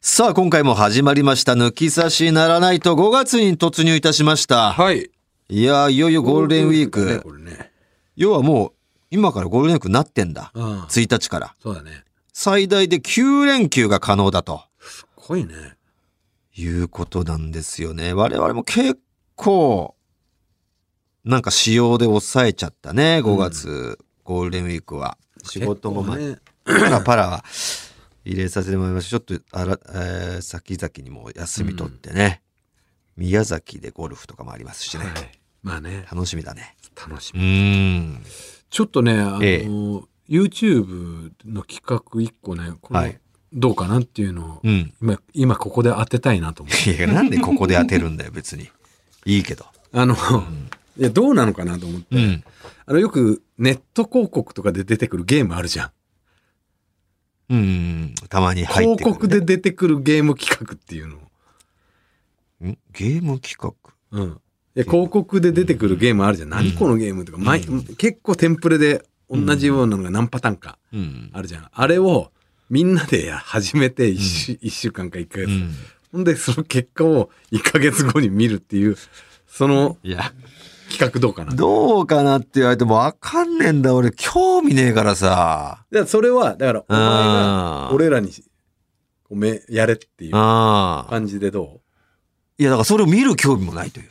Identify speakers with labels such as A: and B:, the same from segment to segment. A: さあ、今回も始まりました。抜き差しならないと5月に突入いたしました。
B: はい。
A: いやー、いよいよゴールデンウィー
B: ね
A: ク。
B: これね。
A: 要はもう、今からゴールデンウィークになってんだ。
B: うん。
A: 1日から。
B: そうだね。
A: 最大で9連休が可能だと
B: 濃いね。
A: いうことなんですよね。我々も結構、なんか仕様で抑えちゃったね、5月、ゴールデンウィークは。仕事もまあ
B: 結構ね。
A: パラパラは入れさせてもらいました。ちょっとあら、えー先々にも休み取ってね、宮崎でゴルフとかもありますしね、
B: はいまあね、
A: 楽しみだね。
B: 楽し
A: う
B: み。
A: ーん。
B: ちょっとね、あの、
A: ええ
B: YouTube の企画一個ね、これ、
A: はい
B: どうかなっていうのを、
A: うん。
B: 今、今ここで当てたいなと思って。
A: いや、なんでここで当てるんだよ、別に。いいけど。
B: あの、いや、どうなのかなと思って。
A: うん。
B: あの、よくネット広告とかで出てくるゲームあるじゃん。
A: うん。たまに入っ
B: 広
A: てくるね、
B: 告で出てくるゲーム企画っていうのを。
A: んゲーム企画
B: うん。いや広告で出てくるゲームあるじゃん。何このゲームとか、毎結構テンプレで同じようなのが何パターンか
A: うん。
B: あるじゃん。あれをみんなでや始めて 1, 週一週間か1ヶ
A: う
B: 月。
A: ん。
B: ほんで、その結果を1ヶ月後に見るっていう、その
A: いや、
B: 企画どうかな。だか
A: どうかなって言われてもわかんねえんだ。俺、興味ねえからさ。
B: らそれは、だからお前が
A: あ
B: 俺らにおめやれっていう
A: ああ。
B: 感じでど
A: いや、だからそれを見る興味もないという。
B: う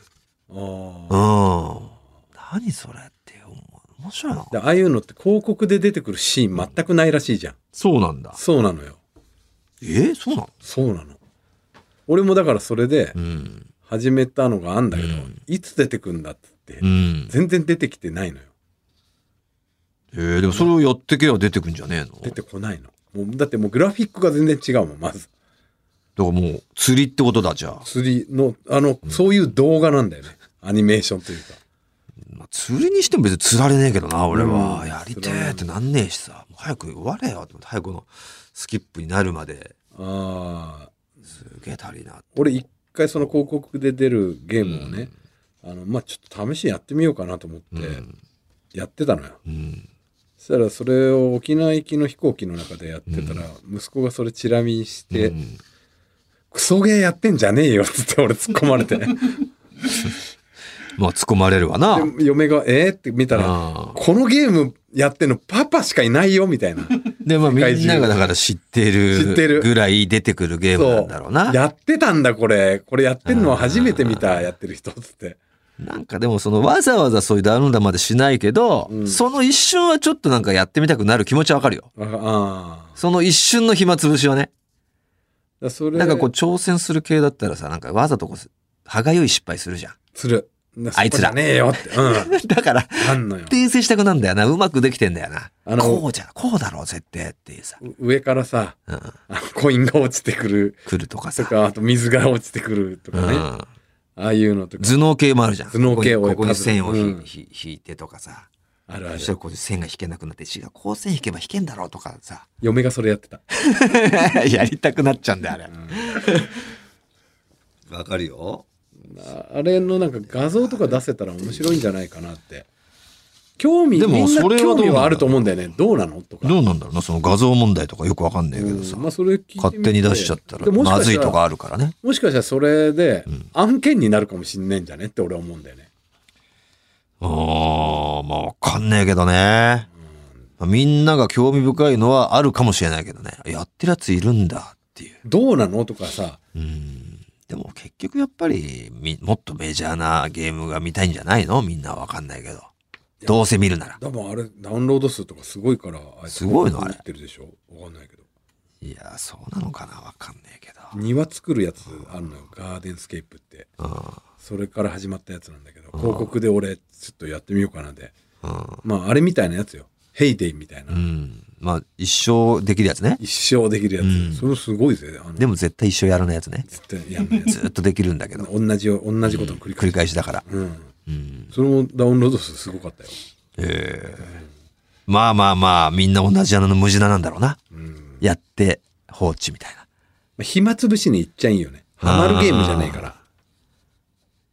B: あ
A: う
B: あ。
A: ん。何それって思う面白いな。
B: だからああいうのって広告で出てくるシーン全くないらしいじゃん。
A: そうなんだ。
B: そうなのよ。
A: えー、そうなの
B: そうなの。俺もだからそれで
A: うん。
B: 始めたのがあんだけど、
A: うん
B: いつ出てくんだっつって、
A: うん。
B: 全然出てきてないのよ。
A: えー、でもそれをやってけば出てくんじゃねえの
B: 出てこないの。もうだってもうグラフィックが全然違うもん、まず。
A: だからもう、釣りってことだ、じゃあ。
B: 釣りの、あの、そういう動画なんだよね。アニメーションというか。
A: まあ釣りにしても別に釣られねえけどな、俺は。
B: うん
A: やりてえってなんねえしさ。もう早く終われよって思って、早くこのスキップになるまで、
B: ああ、
A: すげえ足りな。
B: 俺一回その広告で出るゲームをね、あの、まあ、ちょっと試しにやってみようかなと思って、やってたのよ。
A: うん。
B: そしたらそれを沖縄行きの飛行機の中でやってたら、息子がそれチラ見にして、
A: うん
B: クソゲーやってんじゃねえよっつって俺突っ込ま れて。
A: まあ、突っ込まれるわな。
B: で嫁が、えー、って見
A: あ
B: たら
A: ー、
B: このゲームやってんのパパしかいないよみたいな。
A: で、まあ、み
B: 世界中
A: んながだから知って
B: 知って
A: る
B: る
A: ぐらい出てくるゲームなんだろうな。
B: やってたんだこれ。これやってんの初めて見た、やってる人っつって。
A: なんかでもそのわざわざそういうダウンダまでしないけど、
B: うん
A: その一瞬はちょっとなんかやってみたくなる気持ちはわかるよ。
B: ああ
A: その一瞬の暇つぶしはね。
B: ー。だそれ、
A: なんかこう挑戦する系だったらさ、なんかわざとこう、歯がゆい失敗するじゃん。
B: する。
A: あいつら
B: そこじゃねえよって。うん。
A: だから、
B: あ んのよ。
A: 訂正したくなんだよな。うまくできてんだよな。
B: あの
A: こうじゃ、こうだろう、絶対っていうさ。
B: う上からさ、
A: うん。
B: あのコインが落ちてくる
A: 来るとか
B: と
A: さ。
B: か、あと水が落ちてくると
A: う
B: かね。あ
A: ん。
B: あいうのとか。
A: 頭脳系もあるじゃん。
B: 頭脳系
A: ここに
B: 俺
A: ここに線をひ、
B: うん
A: ひ引いてとかさ。
B: あるあ
A: そ
B: る
A: し。たらこう線が引けなくなって、違う、こう線引けば引けんだろうとかさ。
B: 嫁がそれやってた。
A: やりたくなっちゃうんだよ、あれ。わかるよ。
B: ああれのなんか画像とか出せたら面白いんじゃないかなって。興味、
A: でも
B: みんな
A: それはどう
B: 興
A: なの
B: 味はあると思うんだよね。どうなのとか。
A: どうなんだろうな、その画像問題とかよくわかんないけどさ、
B: うんまあそれ聞いてみて
A: 勝手に出しちゃったら
B: でもしかしたら
A: まずいとかあるからね。
B: もしかしたらそれで案件になるかもしんないんじゃねって俺は思うんだよね。
A: あー、まあわかんないけどね。まあみんなが興味深いのはあるかもしれないけどね。やってるやついるんだっていう。
B: どうなのとかさ、
A: うん。でも結局やっぱりみもっとメジャーなゲームが見たいんじゃないのみんなわかんないけど。どうせ見るなら。
B: でもあれダウンロード数とかすごいから、あ
A: すごいのあ
B: 入
A: れ
B: ってるでしょわかんないけど。
A: いや、そうなのかなわかんないけど。
B: 庭作るやつあるのよ。ガーデンスケープって。
A: う
B: それから始まったやつなんだけど、広告で俺ちょっとやってみようかなで。
A: ん。うん。
B: まああれみたいなやつよ。ヘイデイみたいな
A: う。ん。まあ、一生できるやつね。
B: 一生できるやつ。
A: うん
B: それすごいぜ。あの
A: でも絶対一生やらないやつね。
B: 絶対や んないやつ。
A: ずっとできるんだけど。
B: 同じよ、同じことを繰り
A: 繰
B: 返
A: り
B: す。
A: 返しだから。
B: うん。
A: うん。
B: それもダウンロード数すごかったよ。
A: ええまあまあまあ、みんな同じ穴の無地ななんだろうな。
B: うん。
A: やって放置みたいな。
B: まあ暇つぶしにいっちゃいいよね。ハマるゲームじゃないから。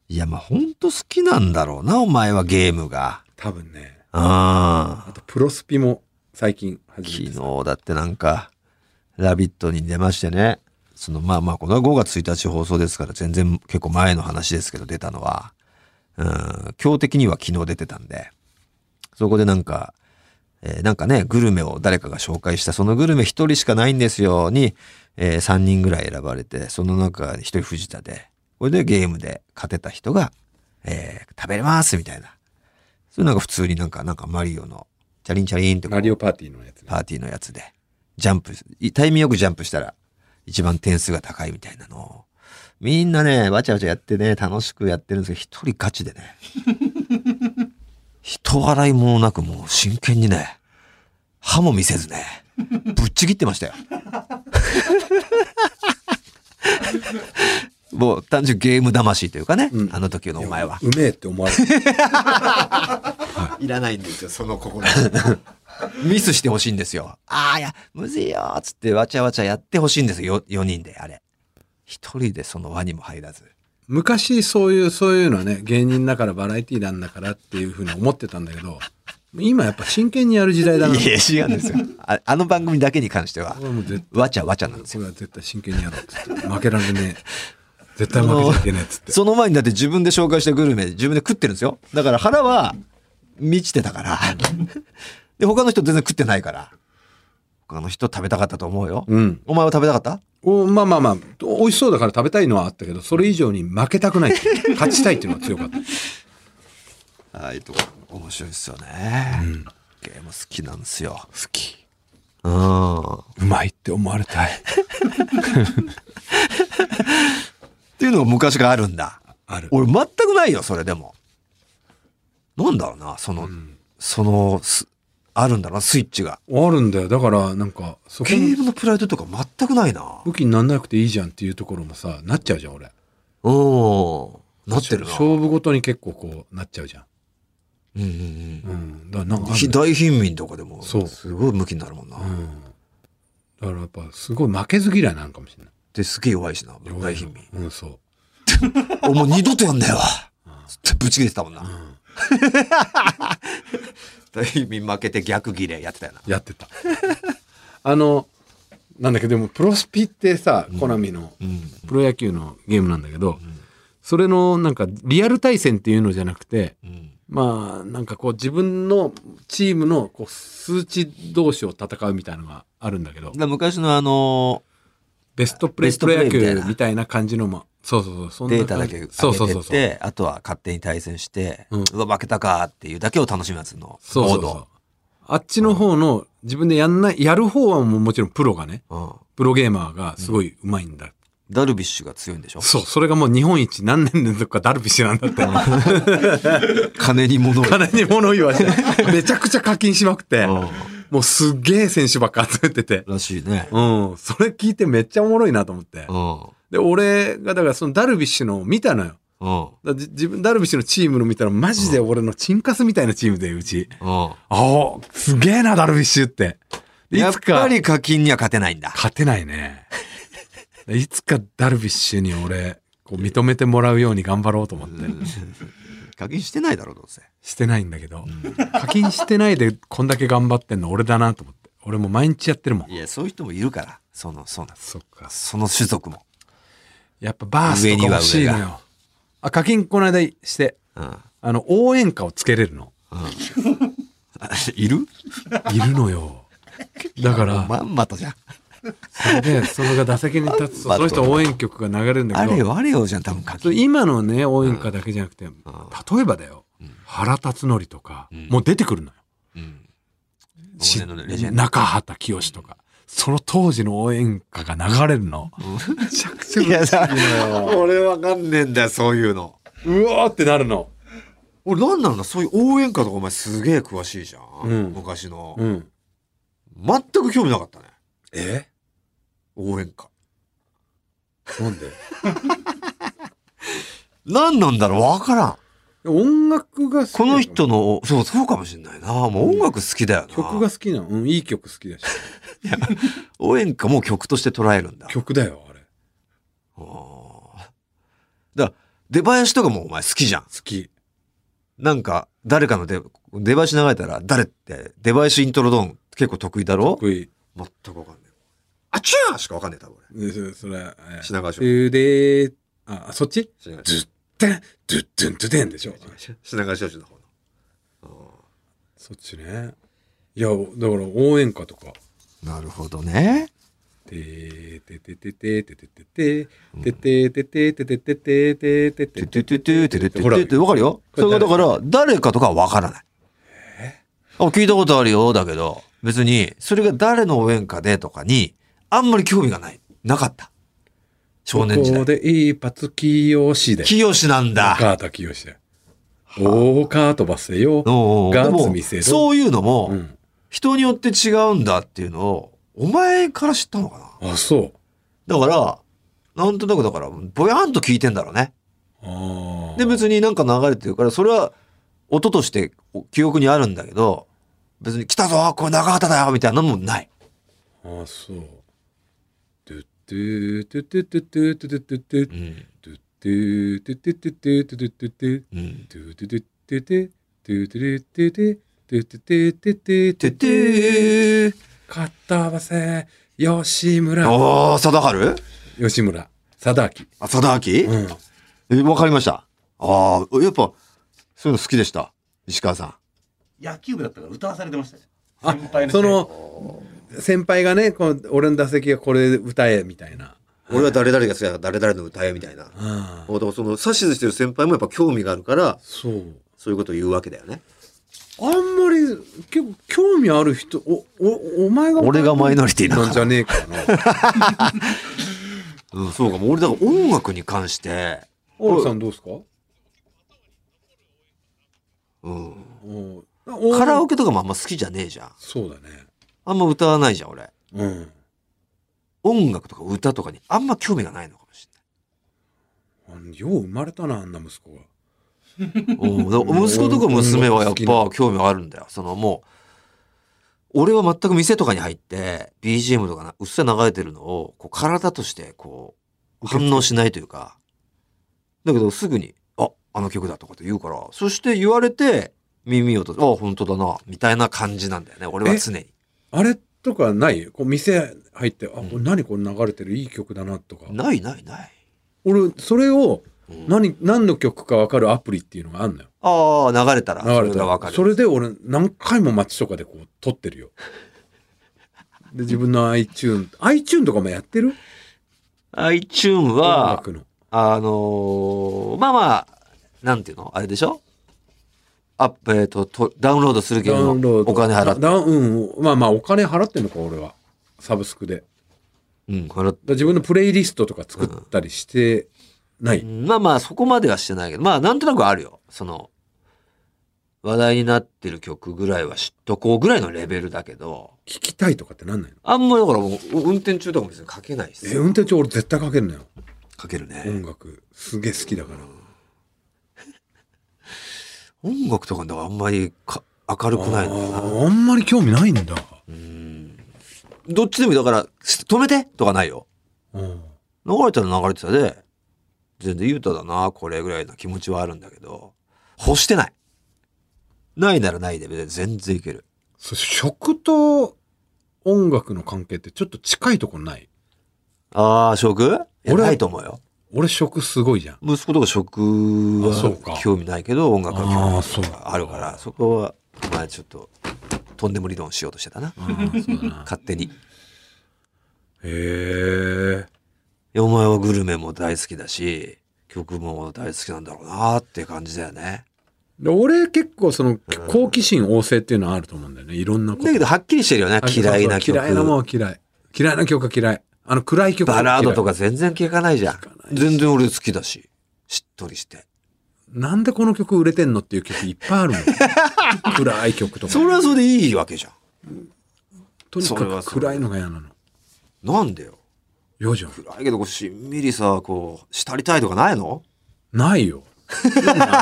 A: いや、まあほんと好きなんだろうな、お前はゲームが。
B: 多分ね。
A: あ
B: あ
A: あ。
B: と、プロスピも最近始
A: 昨
B: めて
A: 日だってなんか、ラビットに出ましてね。そのまあまあこれは5月1日放送ですから全然結構前の話ですけど出たのは、うん、今日的には昨日出てたんで、そこでなんか、えーなんかね、グルメを誰かが紹介した、そのグルメ1人しかないんですよに、え3人ぐらい選ばれて、その中1人藤田で、これでゲームで勝てた人が、えー食べれますみたいな。それなんか普通になんか、なんかマリオの、チャリンチャリンってこう
B: マリオパーティーのやつね。
A: パーティーのやつで、ジャンプ、いタイミングよくジャンプしたら、一番点数が高いみたいなのを、みんなね、わちゃわちゃやってね、楽しくやってるんですけど、一人ガチでね、 人笑いもなくもう真剣にね、歯も見せずね、ぶっちぎってま したよ。もう単純ゲーム魂というかね、
B: うん
A: あの時のお前は。
B: うめえって思われて。
A: いらないんですよ、その心。 ミスしてほしいんですよ。ああ、いや、むずいよーっつってわちゃわちゃやってほしいんですよ、4人で、あれ。一人でその輪にも入らず。
B: 昔そういう、そういうのはね、芸人だからバラエティーなんだからっていうふうに思ってたんだけど、今やっぱ真剣にやる時代だな。
A: いや、違うんですよあ。あの番組だけに関しては
B: こ、れはもう絶対
A: わちゃわちゃなんです
B: こ
A: よ。
B: れは絶対真剣にやろうっつって。負けられねえ。絶対負けちゃいけねえっつって。
A: その前にだって自分で紹介したグルメ、自分で食ってるんですよ。だから腹は満ちてたから。で、他の人全然食ってないから。他の人食べたかったと思うよ。
B: うん。
A: お前は食べたかった
B: おまあまあまあ、お美味しそうだから食べたいのはあったけど、それ以上に負けたくないっていう。勝ちたいっていうのは強かった。
A: ああいうとこ面白いですよね、ゲーム好きなんですよ好きうんっ
B: うまいって思われたい。
A: ていうのが昔からあるんだ
B: ある。
A: 俺全くないよそれでもなんだろうなその、そのすあるんだろうなスイッチが
B: あるんだよ。だから、なんか、そこ
A: ゲ
B: に
A: ームのプライドとか全くないな
B: 武器になんなくていいじゃんっていうところもさ、なっちゃうじゃん、俺。
A: うんなってるな
B: 勝負ごとに結構こう、なっちゃうじゃん。
A: うんうん
B: う
A: うん
B: ん。だから、なんかある
A: ひ
B: んだよ、
A: 大貧民とかでも
B: そう
A: すごい向きになるもんな、
B: うん。だからやっぱ、すごい負けず嫌いなのかもしれない。
A: ですげえ弱いしな大貧民
B: うん、そう。
A: お前二度とやんだよつってぶち切れてたもんな。 大民負けて逆ギレやってたよな。
B: やってた。 あの、なんだっけど、でも、プロスピってさ、コナミの、
A: うん。
B: プロ野球のゲームなんだけど、それの、なんか、リアル対戦っていうのじゃなくて、
A: うん。
B: まあ、なんかこう、自分のチームの、こう、数値同士を戦うみたいなのがあるんだけど、
A: 昔のあの
B: ベストプレ
A: ベ
B: イ
A: ス
B: プ
A: トプ
B: ロ
A: レイ
B: 野
A: みたいな
B: 球みたいな感じのも、そうそうそう、そんな
A: データだ
B: 感じ
A: け上げてって、
B: そうそうそうそう。
A: あとは勝手に対戦して、
B: う
A: うんわ、負けたかっていうだけを楽しむやつの
B: そう
A: モ
B: そ
A: ー
B: うそう
A: ド。。
B: あっちの方の、自分でやんない、やる方はもうもちろんプロがね、
A: うん。
B: プロゲーマーがすごい上手いんだ
A: ダルビッシュが強いんでしょ
B: そう、それがもう日本一何年連続かダルビッシュなんだって。
A: 金に物を。
B: 金に物言わして、 めちゃくちゃ課金しまくって、
A: う
B: もうすっげえ選手ばっか集めてて。
A: んらしいね。
B: うん、それ聞いてめっちゃおもろいなと思って
A: う。ん。
B: で、俺がだからそのダルビッシュのを見たのよ。
A: うん。
B: だじ自分、ダルビッシュのチームの見たらマジで俺のチンカスみたいなチームで、うち。
A: うん。
B: あおすげえな、ダルビッシュって。い
A: やっ
B: つ
A: ぱ
B: か、
A: り課金には勝てないんだ。
B: 勝てないね。いつかダルビッシュに俺、こう認めてもらうように頑張ろうと思って。
A: 課金してないだろ、どうせ。
B: してないんだけど、課金してないでこんだけ頑張ってんの俺だなと思って俺もう毎日やってるもん
A: いや、そういう人もいるから、その、そうなんです。
B: そっか
A: その種族も。
B: やっぱバースとか欲しいの
A: 上には
B: よあ課金この間して
A: うん。
B: あの応援歌をつけれるの
A: いる
B: いるのよだから
A: まんまとじゃん。
B: それでそのが打席に立つと
A: まあ
B: その人応援曲が流れるんだ
A: あ
B: け
A: れ
B: ど
A: よ、あれよじゃん、多分課
B: そう
A: 金。
B: 今のね応援歌だけじゃなくて例えばだよ原辰徳とか
A: ん
B: もう出てくるのよ
A: うん。
B: し
A: 俺のレジェンド
B: 中畑清とかその当時の応援歌が流れるのめちゃくちゃ
A: いや
B: 嬉しい
A: だ
B: のよ
A: 俺わかんねえんだよ、そういうの。
B: うわーってなるの
A: 俺なんなのそういう応援歌とかお前すげえ詳しいじゃん。
B: うん
A: 昔の、
B: うん
A: 全く興味なかったね。
B: え
A: 応援歌。
B: なんで
A: なんなんだろうわからん。
B: 音楽が好き
A: この人の、そう、そうかもしんないな。もう音楽好きだよな。
B: 曲が好きなのうんいい曲好きだし
A: 応援歌も曲として捉えるんだ。
B: 曲だよあれ
A: あーだから出囃子とかもお前好きじゃん。
B: 好き
A: なんか、誰かの出、出囃子流れたら、誰って、出囃子イントロドン結構得意だろ
B: 得意
A: 全くわかんない。あちゃーしかわかんねえ、多分俺。
B: でそそれ、えー
A: 品川翔
B: で、あ、そっち
A: 品川
B: ド
A: 庄
B: ゥッテン、ドゥッテン、ドゥッテンでしょ。
A: 司品川庄司の方の。
B: そっちね。いや、だから応援歌とか。
A: なるほどね。
B: てててててててててててててててててて
A: てて
B: て
A: ててててて
B: ほら
A: ててわかるよ。それがだから、誰かとかはわからない。あ、聞いたことあるよ、だけど、別に、それが誰の応援歌でとかに、あんまり興味がない。なかった。少年時
B: ここ
A: 代。
B: で一発清しで。
A: 清なんだ。
B: ガータ清しで。おーかー飛ばせよ。
A: おうおう
B: ガ
A: で
B: ーツ
A: も
B: 見せろ
A: そういうのも、
B: うん。
A: 人によって違うんだっていうのを、お前から知ったのか
B: あ、そう。
A: なだから、なんとなくだから、ぼやんと聞いてんだろうね。
B: ああ。
A: で、別になんか流れてるから、それは音として記憶にあるんだけど、別に来たぞこれ長畑だよみたいなのもない。
B: ああ、そう。トゥトゥトゥトゥトゥトゥトゥトゥトゥ
A: うん。
B: トゥトゥトゥトゥトゥトゥトゥトゥトゥ
A: うん。
B: トゥトゥトゥトゥトゥトゥトゥトゥトゥトゥトゥトゥトゥトゥト
A: て
B: ゥト
A: て
B: ゥ
A: ー。
B: かっ飛ばせ吉村
A: おー、貞治
B: 吉村貞
A: あ、貞
B: 明
A: 明
B: うん
A: え、わかりました。ああ、やっぱ、そういうの好きでした。石川さん。
C: 野球部だったから歌わされてましたよ。
B: あ
C: 先輩の
B: そ
C: 人
B: の先輩がねこう俺の打席がこれ歌えみたいな
A: 俺は誰々が好きだから誰々の歌えみたいな。
B: ああ
A: だからその指図してる先輩もやっぱ興味があるから、
B: そう
A: そういうことを言うわけだよね。
B: あんまり結構興味ある人おおお前が
A: 俺がマイノリティだから
B: なんじゃねえかな
A: うん、そうか。もう俺だから音楽に関して、
B: オールさんどうですか
A: うん。
B: おお
A: カラオケとかもあんま好きじゃねえじゃん。
B: そうだね
A: あんま歌わないじゃん、俺。
B: うん
A: 音楽とか歌とかにあんま興味がないのかもし
B: あのよう生まれたなあんな息子が
A: れない。うんだから息子とか娘はやっぱ興味があるんだよ。そのもう、俺は全く店とかに入って、BGM とかなうっすら流れてるのを、こう体としてこう、反応しないというか、だけどすぐに、あ、あの曲だとかって言うから、そして言われて、耳をと、あ、本当だな、みたいな感じなんだよね、俺は常に。
B: あれとかないこう店入ってあこれ何これ流れてるいい曲だなとか
A: ないないない。
B: 俺それを
A: うん
B: 何何の曲か分かるアプリっていうのがあんのよ
A: ああ、流れたら、そ
B: 流
A: れ
B: れた
A: がわ
B: ら
A: かる。
B: それで俺何回も街とかでこう撮って るよで自分の iTuneSiTune とかもやってる
A: iTune
B: 音
A: は、
B: 楽の
A: あのーまあまあ、なんていうのあれでしょアップ、えっ、とと、ダウンロードするけ
B: ダ
A: ど、
B: ウンロード
A: お金払って。
B: ダウンうんまあまあお金払ってんのか俺はサブスクでだか
A: うん、払っ
B: ら自分のプレイリストとか作ったりしてない、
A: まあまあ、そこまではしてないけど、まあ、なんとなくあるよ。その、話題になってる曲ぐらいは知っとこうぐらいのレベルだけど、
B: 聞きたいとかってなんないの
A: あんまりだからもう、運転中とかも別に書けない
B: え
A: し。
B: 運転中俺絶対かけるのよ
A: 書けるね、
B: 音楽すげえ好きだから
A: 音楽とかだからあんまりか明るくないのかな。
B: あーあんまり興味ないんだ、
A: どっちでもいいだから、止めてとかないよ。
B: うん
A: 流れたら流れてたで、全然言うただな、これぐらいな気持ちはあるんだけど、欲してない。ないならないで、全然いける。
B: そう食と音楽の関係ってちょっと近いとこない
A: ああ、食いや
B: 俺は
A: ないと思うよ。
B: 俺食すごいじゃん
A: 息子とか食
B: あそうか
A: は興味ないけど、音楽は興
B: あー
A: 味
B: そう
A: あるから、そこは、お前ちょっと、とんでも理論しようとしてたな。
B: そうだな
A: 勝手に。い
B: へえ
A: やお前はグルメも大好きだし、曲も大好きなんだろうなって感じだよね。
B: で俺結構その好奇心旺盛っていうのはあると思うんだよねいろんなこと
A: だけど、はっきりしてるよね。嫌いな曲。
B: 嫌いなもんは嫌い嫌いな曲は嫌いあの暗い曲は
A: バ
B: 嫌
A: ラ
B: い
A: ードとか全然聞かないじゃん
B: か。ないし
A: 全然俺好きだし、しっとりして。
B: なんでこの曲売れてんのっていう曲いっぱいあ るもん暗い曲とか
A: それはそれでいいわけじゃん。
B: とにか
A: それは
B: く
A: それ
B: 暗いのが嫌なの
A: なんでよ。
B: よじゃん
A: 暗いけど、こうしんみりさ、こう、したりたいとかないの
B: ないよ。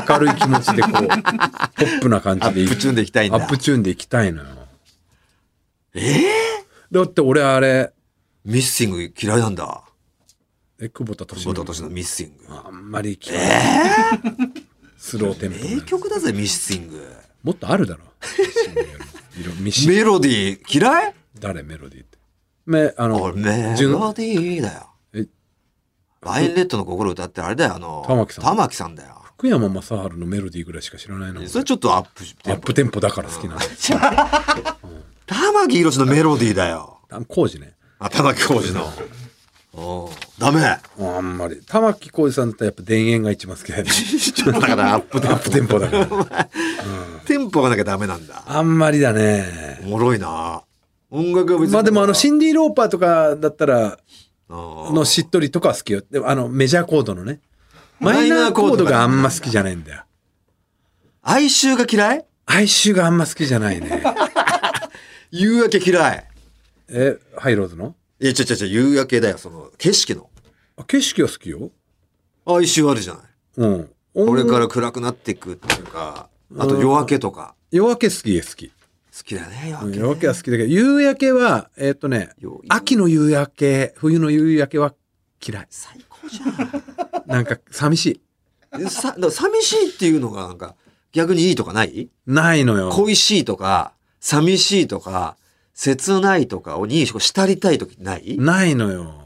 B: 明るい気持ち でこう、ポップな感じ
A: ア
B: でい
A: ッ
B: い
A: プチューンでいきたいん
B: ア
A: だ。
B: ップチューンでいきたいのよ。
A: ええ
B: だって俺あれ、
A: ミッシング嫌いなんだ。
B: え久保田敏
A: 久保田敏
B: 郎
A: のミッシング。
B: あんまり嫌い。スローテンポの
A: 名曲だぜ、ミッシング。
B: もっとあるだろ。そういうの色ミシ
A: メロディー嫌い
B: 誰メロディーって。め、あの
A: 俺、、メロディーだよ。
B: え
A: バイオレットの心歌ってあれだよ、あの、
B: 玉木さん
A: 玉木さんだよ。
B: 福山雅治のメロディーぐらいしか知らないの。
A: それちょっとアップし
B: アップテンポだから好きなの。
A: 玉木宏のメロディーだよ。
B: あ浩二ね。
A: あ、玉木浩二 の。おうダメ
B: あんまり。玉置浩二さんってやっぱ田園が一番好 きだよね。
A: ちょっとだからアップ
B: アップテンポだから。
A: テンポがなきゃダメなんだ。
B: あんまりだね
A: お。もろいな。音楽は別に。
B: まあでもあの、シンディ・ローパーとかだったら、の
A: の
B: しっとりとかは好きよ。でもあの、メジャーコードのね。
A: マ
B: マ
A: イ
B: イ
A: ナ
B: ナ
A: ー
B: ー
A: コ
B: コ
A: ー
B: ー
A: ド
B: ド
A: が
B: が
A: あ
B: あ
A: ん
B: ん
A: ま
B: ま
A: 好
B: 好
A: き
B: きじゃないんだよ。
A: 哀愁が嫌い
B: 哀愁があんま好きじゃな いね。
A: 夕焼け嫌い。
B: え、ハイローズの
A: いや、ちょちょちょ、夕焼けだよ、その、景色の。
B: あ景色は好きよ。
A: 哀愁あるじゃない。
B: うん。
A: これ
B: 音
A: から暗くなっていくっていうか、あと夜明けとか。
B: 夜明け好き好き。
A: 好きだね、
B: う
A: 夜
B: ん
A: 明け。
B: 夜明けは好きだけど、夕焼けは、えっ、とね、
A: よい
B: 秋の夕焼け、冬の夕焼けは嫌い。
A: 最高じゃ
B: なんか寂しい。
A: ん。でさ、だから寂しいっていうのがなんか、逆にいいとかない
B: ないのよ。
A: 恋しいとか、寂しいとか、切ないとかをにしたりたいときない
B: ないのよ。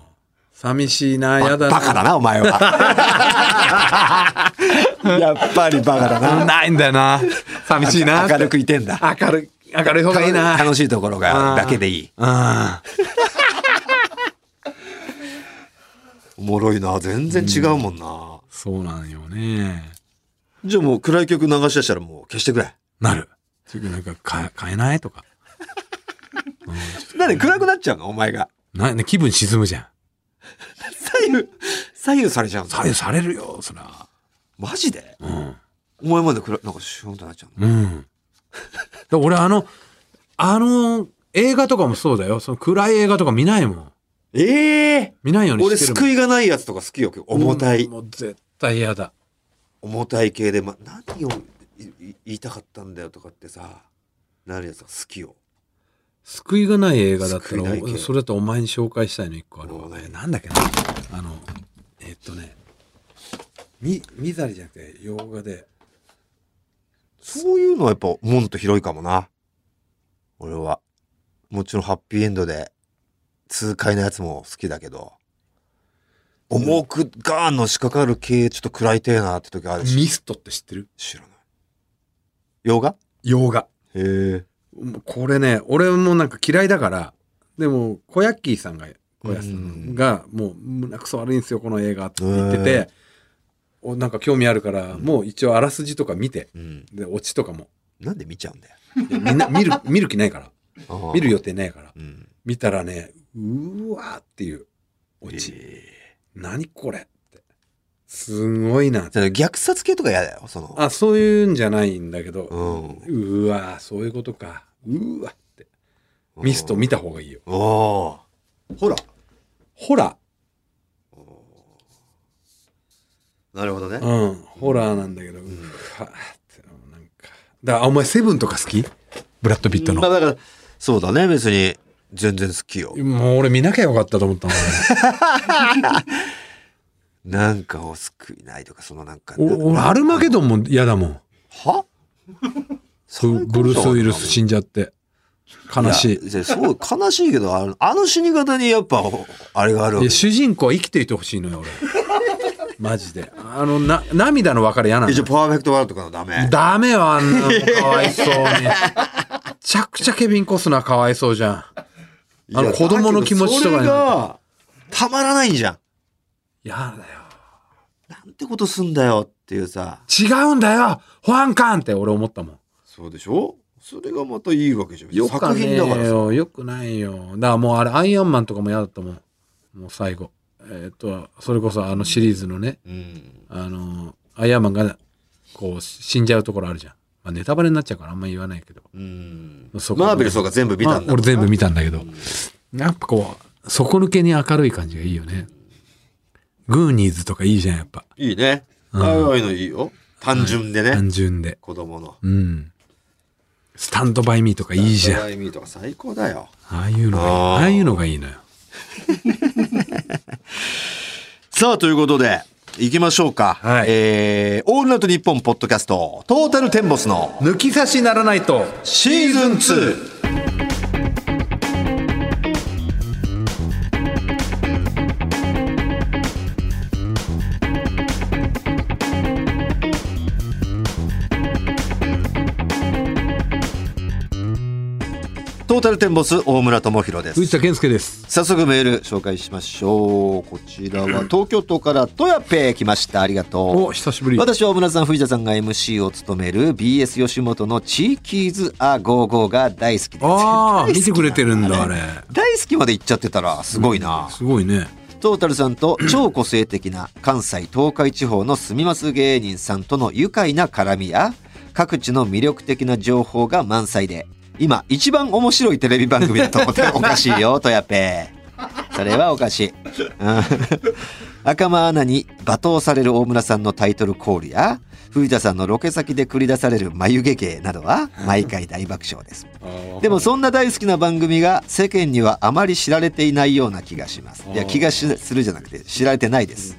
B: 寂しいな、
A: ば
B: やだな。
A: バカだな、お前は。 やっぱりバカだな。
B: ないんだよな。寂しいな。
A: 明るくいてんだ。
B: 明るい、明るい方がいいな。
A: 楽しいところが、だけでいい。
B: あ
A: おもろいな。全然違うもんな。
B: そうなんよね。
A: じゃあもう暗い曲流し出したらもう消してくれ。
B: なる。ちょっとなんかか買えないとか。
A: なんで暗くなっちゃうのお前が。
B: なね気分沈むじゃん。
A: 左右、左右されちゃうの
B: 左右されるよ、そら。
A: マジで
B: うん。
A: お前まで暗い、なんかシューンとなっちゃうの
B: うん。だ俺あの、あの、映画とかもそうだよ。その暗い映画とか見ないもん。
A: ええ
B: 見ないように
A: 俺
B: してるもん。
A: 救いがないやつとか好きよ。重たい
B: うん。もう絶対嫌だ。
A: 重たい系で、ま、何をいい言いたかったんだよとかってさなるやつが好きよ
B: 救いがない映画だった
A: 救いない系
B: ら、それだとお前に紹介したいの一個あるわ
A: おう。
B: えなんだっけな。あの、えっとね、み、みざりじゃなくて、洋画で、
A: そういうのはやっぱもんと広いかもな俺はもちろんハッピーエンドで痛快なやつも好きだけど重くガーンのしかかる系ちょっと暗いてえなって時あるし
B: ミストって知ってる
A: 知らない洋画
B: 洋画。
A: へえ
B: もうこれね、俺もなんか嫌いだから、でも、小ヤッキーさんが、小ヤさんが、もう、胸くそ悪いんですよ、この映画って言って
A: へ
B: て、おなんか興味あるから、もう一応あらすじとか見て、
A: うん
B: で、オチとかも。
A: なんで見ちゃうんだよ
B: いやみんな、見る、見る気 ないから。
A: あー
B: 見る予定ないから。
A: うん
B: 見たらね、うーわーっていう、オチ。
A: え
B: 何これって。すごいな
A: ー。で虐殺系とか嫌だよその
B: あ、そういうんじゃないんだけ
A: う
B: ど、
A: ん
B: うーわー、そういうことか。うーわーって。ミスト見た方がいいよ。
A: おおーほら
B: ホラー。
A: なるほどね。
B: うん、ホラーなんだけど、うわーって、なんか。だから、あお前、セブンとか好きブラッド・ピット
A: まあ
B: の。
A: だから、そうだね、別に、全然好きよ。
B: もう俺見なきゃよかったと思ったの。
A: なんかを救いないとか、そのなんか。
B: 俺 お俺、アルマゲドンも嫌だもん。
A: は
B: そうブルース・ウィルス死
A: ん
B: んじゃって。悲しい。い
A: や。そう、悲しいけど、あのあの死に方にやっぱ、あれがあるわけ
B: や、主人公は生きていてほしいのよ、 俺。マジで。あの、な、涙の別れ嫌な
A: えじゃあ
B: の。
A: パーフェクトワールドとかのダメ。
B: ダメよ、あんなの。かわいそうに。めちゃくちゃケビン・コスナーかわいそうじゃん。あの
A: いや
B: 子供の気持ちとかに
A: だけどそれが、たまらないじゃん。
B: 嫌だよ。
A: なんてことすんだよっていうさ。
B: 違うんだよ保安官って俺思ったもん。
A: そうでしょそれがまたいいわけじゃん。
B: よか
A: 作
B: ね
A: 品
B: え
A: だからさ。
B: よ。よくないよ。だからもうあれ、アイアンマンとかも嫌だったもん。もう最後。えーっと、それこそあのシリーズのね、
A: うん。
B: あの、アイアンマンが、こう、死んじゃうところあるじゃん。まあ、ネタバレになっちゃうからあんま言わないけど。
A: うん。
B: そこ
A: マーベルそうか全部見たんだ、
B: まあ俺全部見たんだけど。やっぱこう、底抜けに明るい感じがいいよね。グーニーズとかいいじゃん、やっぱ。
A: いいね。ああいうのいいよ。単純でね。
B: 単純で。
A: 子供の。
B: うん。スタンドバイミーとかいいじゃん。
A: ドライミーとか最高だよ。
B: ああいうのがい
A: あ
B: い
A: ー
B: ああいうのがいいのよ。
A: さあ、ということで、行きましょうか。
B: はい
A: えー、オールナイトニッポンポッドキャスト、トータルテンボスの
B: 抜き差しならないと。
A: シーズン2。タルテンボス大村智弘です
B: 藤田健介です。
A: 早速メール紹介しましょうこちらは東京都からトヤペー来ましたありがと
B: お、
A: う
B: 久しぶり。
A: 私は大村さん藤田さんが MC を務める BS 吉本の「チーキーズ・ア・55が大好きです
B: ああ、
A: 大好き
B: 見てくれてるんだ、あれ。
A: 大好きまで行っちゃってたらすごいな、
B: すごいね。
A: トータルさんと超個性的な関西東海地方の住みます芸人さんとの愉快な絡みや各地の魅力的な情報が満載で今一番面白いテレビ番組だと思っておかしいよとやぺーそれはおかしい、うん、赤間アナに罵倒される大村さんのタイトルコールや藤田さんのロケ先で繰り出される眉毛芸などは毎回大爆笑ですでもそんな大好きな番組が世間にはあまり知られていないような気がしますいや
B: あー
A: 気がしするじゃなくて知られてないです、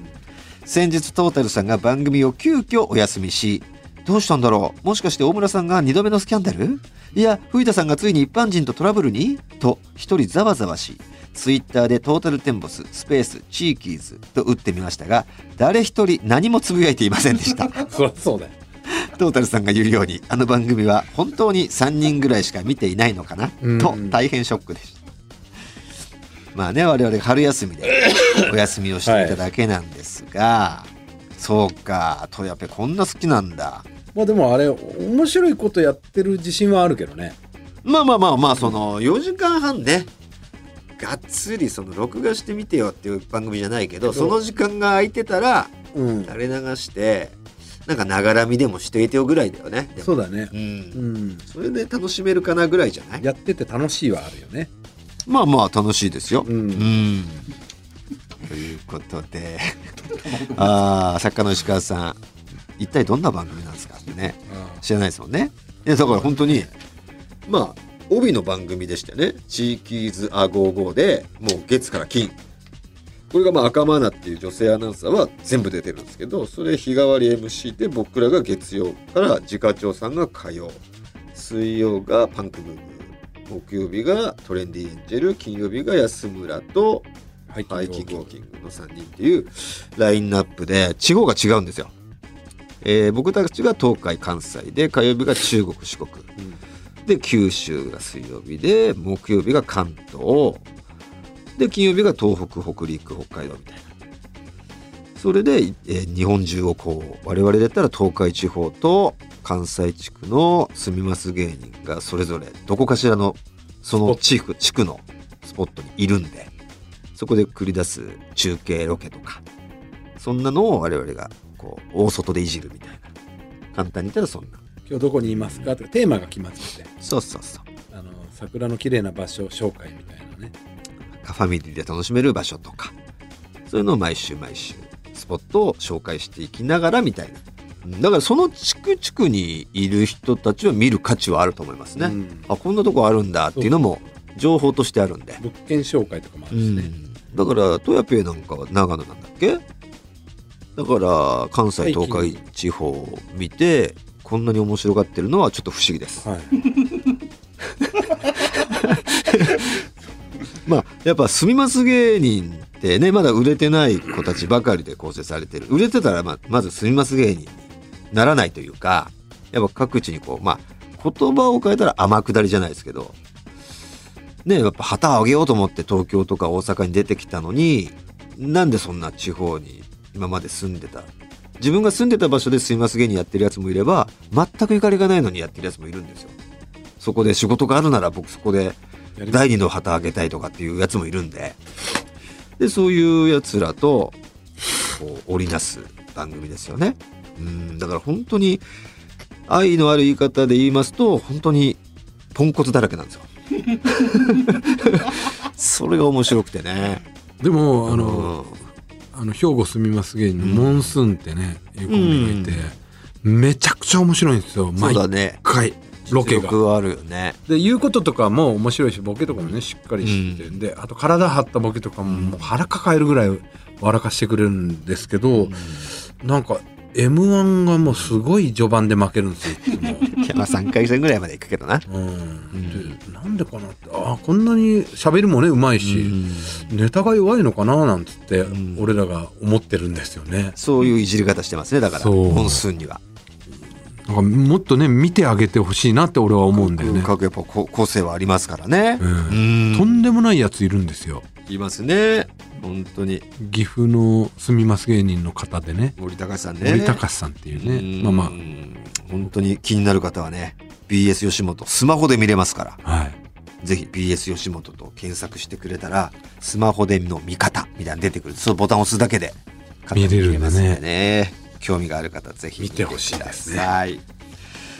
A: 先日トータルさんが番組を急遽お休みしどうしたんだろうもしかして大村さんが2度目のスキャンダルいや藤田さんがついに一般人とトラブルにと一人ざわざわしツイッターでトータルテンボススペースチーキーズと打ってみましたが誰一人何もつぶやいていませんでした
B: そりゃそうだよ。
A: トータルさんが言うようにあの番組は本当に3人ぐらいしか見ていないのかな、
B: うん
A: と大変ショックでしたまあね我々春休みで お休みをしていただけなんですが、そうかトヤペこんな好きなんだ
B: まあでもあれ、面白いことやってる自信はあるけどね。
A: まあまあまあまあその4時間半ねがっつりその録画してみてよっていう番組じゃないけどその時間が空いてたら
B: うん。
A: 垂れ流してなんかながら見でもしていてよぐらいだよねでも
B: そうだね
A: う。
B: うんん。
A: それで楽しめるかなぐらいじゃない
B: やってて楽しいはあるよね。
A: まあまあ楽しいですよ。う
B: う
A: んん。ということで、ああ、作家の石川さん、一体どんな番組なんですかってね、知らないですもんね。いやだから本当に、まあ、帯の番組でしたよね。地域図あ55で、もう月から金。これがまあ赤間アナっていう女性アナウンサーは全部出てるんですけど、それ日替わり MC で僕らが月曜から自家長さんが火曜、水曜がパンクブーム、木曜日がトレンディエンジェル、金曜日が安村と
B: ハイ
A: ハイキングウォーキングの3人っていうラインナップで地方が違うんですよ。えー僕たちが東海関西で火曜日が中国四国
B: うん
A: で九州が水曜日で木曜日が関東で金曜日が東北北陸北海道みたいなそれで、えー日本中をこう我々だったら東海地方と関西地区の住みます芸人がそれぞれどこかしらのその地区地区のスポットにいるんでそこで繰り出す中継ロケとかそんなのを我々がこう大外でいじるみたいな簡単に言ったらそんな
B: 今日どこにいますかとかテーマが決まってて
A: そうそうそう
B: あの桜の綺麗な場所紹介みたいなね
A: カファミリーで楽しめる場所とかそういうのを毎週毎週スポットを紹介していきながらみたいなうんだからその地区地区にいる人たちは見る価値はあると思いますね、
B: うん
A: あこんなとこあるんだっていうのも情報としてあるんで、
B: 物件紹介とかもあ
A: う
B: るしね、
A: ん、だからトヤペイなんかは長野なんだっけだから関西東海地方を見てこんなに面白がってるのはちょっと不思議です
B: はい
A: まあやっぱ住みます芸人ってねまだ売れてない子たちばかりで構成されてる売れてたらまあまず住みます芸人にならないというかやっぱ各地にこうまあ言葉を変えたら天下りじゃないですけどねやっぱ旗を上げようと思って東京とか大阪に出てきたのになんでそんな地方に今まで住んでた自分が住んでた場所で住みます芸人やってるやつもいれば全くゆかりがないのにやってるやつもいるんですよ。そこで仕事があるなら僕そこで
B: やります
A: 第二の旗あげたいとかっていうやつもいるんででそういうやつらとこう織りなす番組ですよねうんだから本当に愛のある言い方で言いますと本当にポンコツだらけなんですよそれが面白くてね
B: でもあの、
A: うん
B: あの兵庫住みます芸人のモンスーンってね、いうコンビがいて、めちゃくちゃ面白いんですよ
A: そう
B: 毎
A: だね
B: 回ロケ
A: 実。
B: が
A: 力はあるよね
B: で言うこととかも面白いしボケとかもねしっかりしてるんで、あと体張ったボケとかももう腹抱えるぐらい笑かしてくれるんですけど、なんか m 1がもうすごい序盤で負けるんですよいつも。
A: まあ3回戦ぐらいまで行くけどな
B: うん、でなんでかなってああこんなに喋りもねうまいし、ネタが弱いのかななんつって
A: ん
B: 俺らが思ってるんですよね。
A: そういういじり方してますねだから
B: そう
A: 本数には
B: なんかもっとね見てあげてほしいなって俺は思うんだよね、
A: 各やっぱこ個性はありますからね。
B: うん
A: ん
B: とんでもないやついるんですよ
A: いますね。本当に
B: 岐阜の住みます芸人の方でね
A: 森高さんね。
B: 森高さんっていうねまあま
A: あ本当に気になる方はね、BS 吉本スマホで見れますから、
B: あはい
A: ぜひ BS 吉本と検索してくれたらスマホでの見方みたいなの出てくる。そのボタンを押すだけで
B: 見れるんだね
A: ますんでね。興味がある方はぜひ
B: 見てほしいですね
A: はい。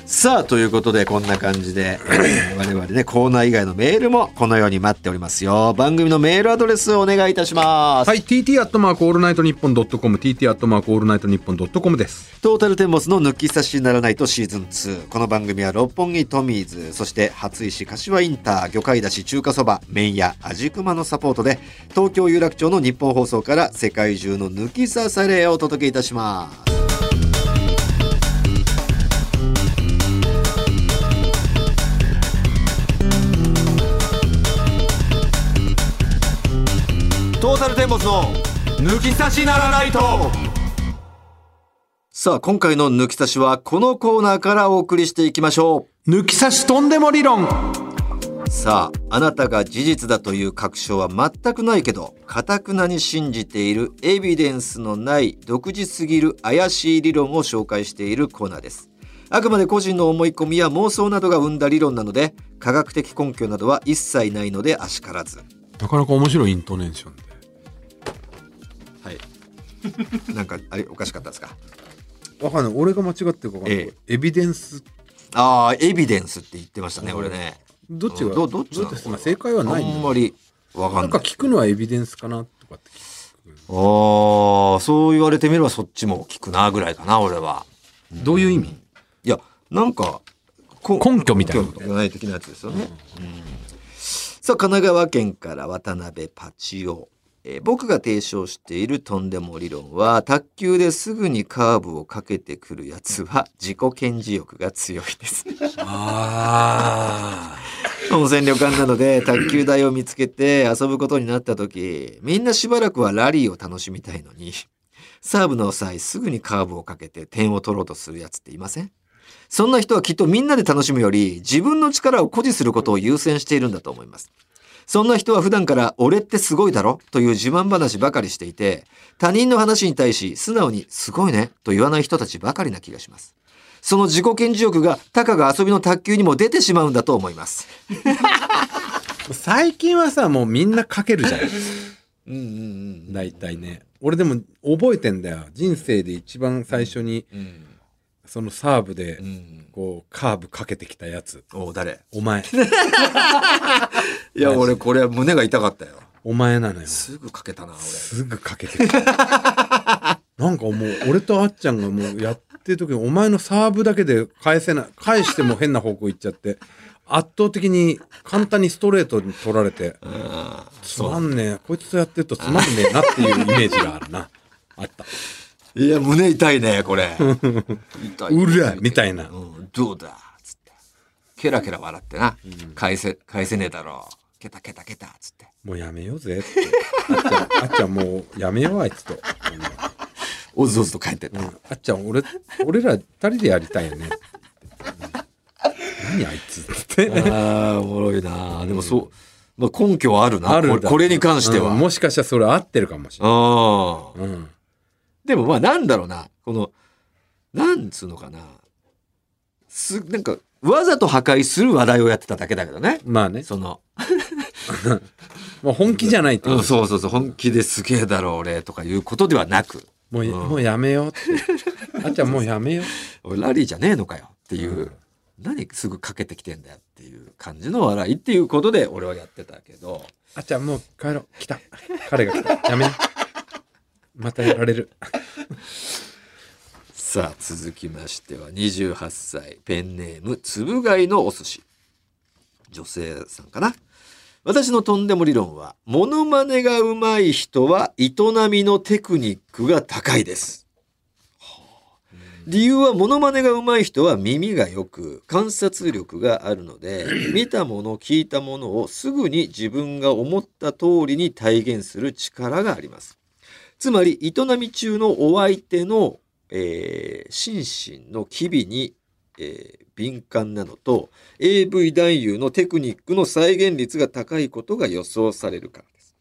A: さあということでこんな感じで、えー我々ねコーナー以外のメールもこのように待っておりますよ番組のメールアドレスをお願いいたします
B: はい TT アットマークオールナイトニッポンドットコム TT アットマークオールナイトニッポンドットコムです
A: トータルテンボスの抜き差しにならないとシーズン2。この番組は六本木トミーズ、そして初石柏インター、魚介だし中華そば、麺屋、味熊のサポートで、東京有楽町の日本放送から世界中の抜き差されをお届けいたします。トータルテンボスの抜き差しならないとさあ、今回の抜き差しはこのコーナーからお送りしていきましょ
B: 抜き差しとんでも理論
A: う。さあ、あなたが事実だという確証は全くないけど、かたくなに信じているエビデンスのない独自すぎる怪しい理論を紹介しているコーナーです。あくまで個人の思い込みや妄想などが生んだ理論なので、科学的根拠などは一切ないのであしからず。
B: なかなか面白いイントネーションで
A: はい。 なんか、あれ、おかしかったですか
B: わかんない俺が間違ってるかわかんない、
A: え
B: エビデンス
A: ああ、エビデンスって言ってましたね、俺ね。
B: どっちが
A: どどっちなの
B: どっちまあ正解はない
A: あん
B: ん
A: ま
B: だ
A: りわか
B: なんんか
A: ない。
B: 聞くのはエビデンスかなとかって聞
A: ああ、そう言われてみればそっちも聞くなぐらいかな、俺は。
B: くどういう意味
A: いや、なんか、こ
B: 根拠みたいな
A: 根拠がない的なやつですよね。うんさあ、神奈川県から渡辺パチオ。えー僕が提唱しているとんでも理論は、卓球ですぐにカーブをかけてくるやつは自己顕示欲が強いです。
B: あ
A: 温泉旅館などで卓球台を見つけて遊ぶことになった時みんなしばらくはラリーを楽しみたいのにサーブの際すぐにカーブをかけて点を取ろうとするやつっていませんそんな人はきっとみんなで楽しむより自分の力を誇示することを優先しているんだと思いますそんな人は普段から俺ってすごいだろという自慢話ばかりしていて他人の話に対し素直にすごいねと言わない人たちばかりな気がしますその自己顕示欲がたかが遊びの卓球にも出てしまうんだと思います
B: あ最近はさもうみんなかけるじゃん
A: うんうん
B: 大体ね俺でも覚えてんだよ人生で一番最初に
A: うんうん
B: そのサーブで
A: うん
B: こうカーブかけてきたやつ
A: お誰
B: お 前
A: いや俺これ胸が痛かったよ
B: お前なのよ
A: すぐかけたな俺
B: すぐかけて きたなんかもう俺とあっちゃんがもうやってる時にお前のサーブだけで返せない返しても変な方向行っちゃって圧倒的に簡単にストレートに取られて
A: あ
B: つまんねえこいつとやってるとつまんねえなっていうイメージがあるなあった
A: いや胸痛いねこ れ痛
B: うらみたいな
A: うん、どうだつってケラケラ笑ってな、返せ返せねえだろうケタケタケタつって
B: もうやめようぜってあっちゃんあっちゃんもうやめようあいつと、
A: おずおずと帰ってった、
B: うんあっちゃん俺俺ら二人でやりたいよね何あいつって
A: ああおもろいなでもそう、まあ、根拠はあるな
B: ある
A: これこれに関しては、
B: うんもしかしたらそれ合ってるかもしれ
A: ああ
B: ない、うん
A: でもまあなんだろうな。この、なんつうのかな。す、なんか、わざと破壊する話題をやってただけだけどね。
B: まあね
A: その、
B: もう本気じゃないってこ
A: う
B: と
A: んそうそうそう、本気ですげえだろ、俺、とかいうことではなく、
B: もう,、もうやめようってあっちゃんもうやめよう
A: 俺ラリーじゃねえのかよっていう、
B: うん
A: 何すぐかけてきてんだよっていう感じの笑いっていうことで俺はやってたけど、
B: あっちゃんもう帰ろう来た彼が来たやめようまたやられる
A: さあ、続きましては28歳、ペンネーム、つぶ貝のお寿司。女性さんかな。私のとんでも理論は、モノマネがうまい人は営みのテクニックが高いです。理由はモノマネがうまい人は耳が良く観察力があるので見たもの聞いたものをすぐに自分が思った通りに体現する力があります。つまり営み中のお相手の、えー心身の機微にえー敏感なのと AV 男優のテクニックの再現率が高いことが予想されるからです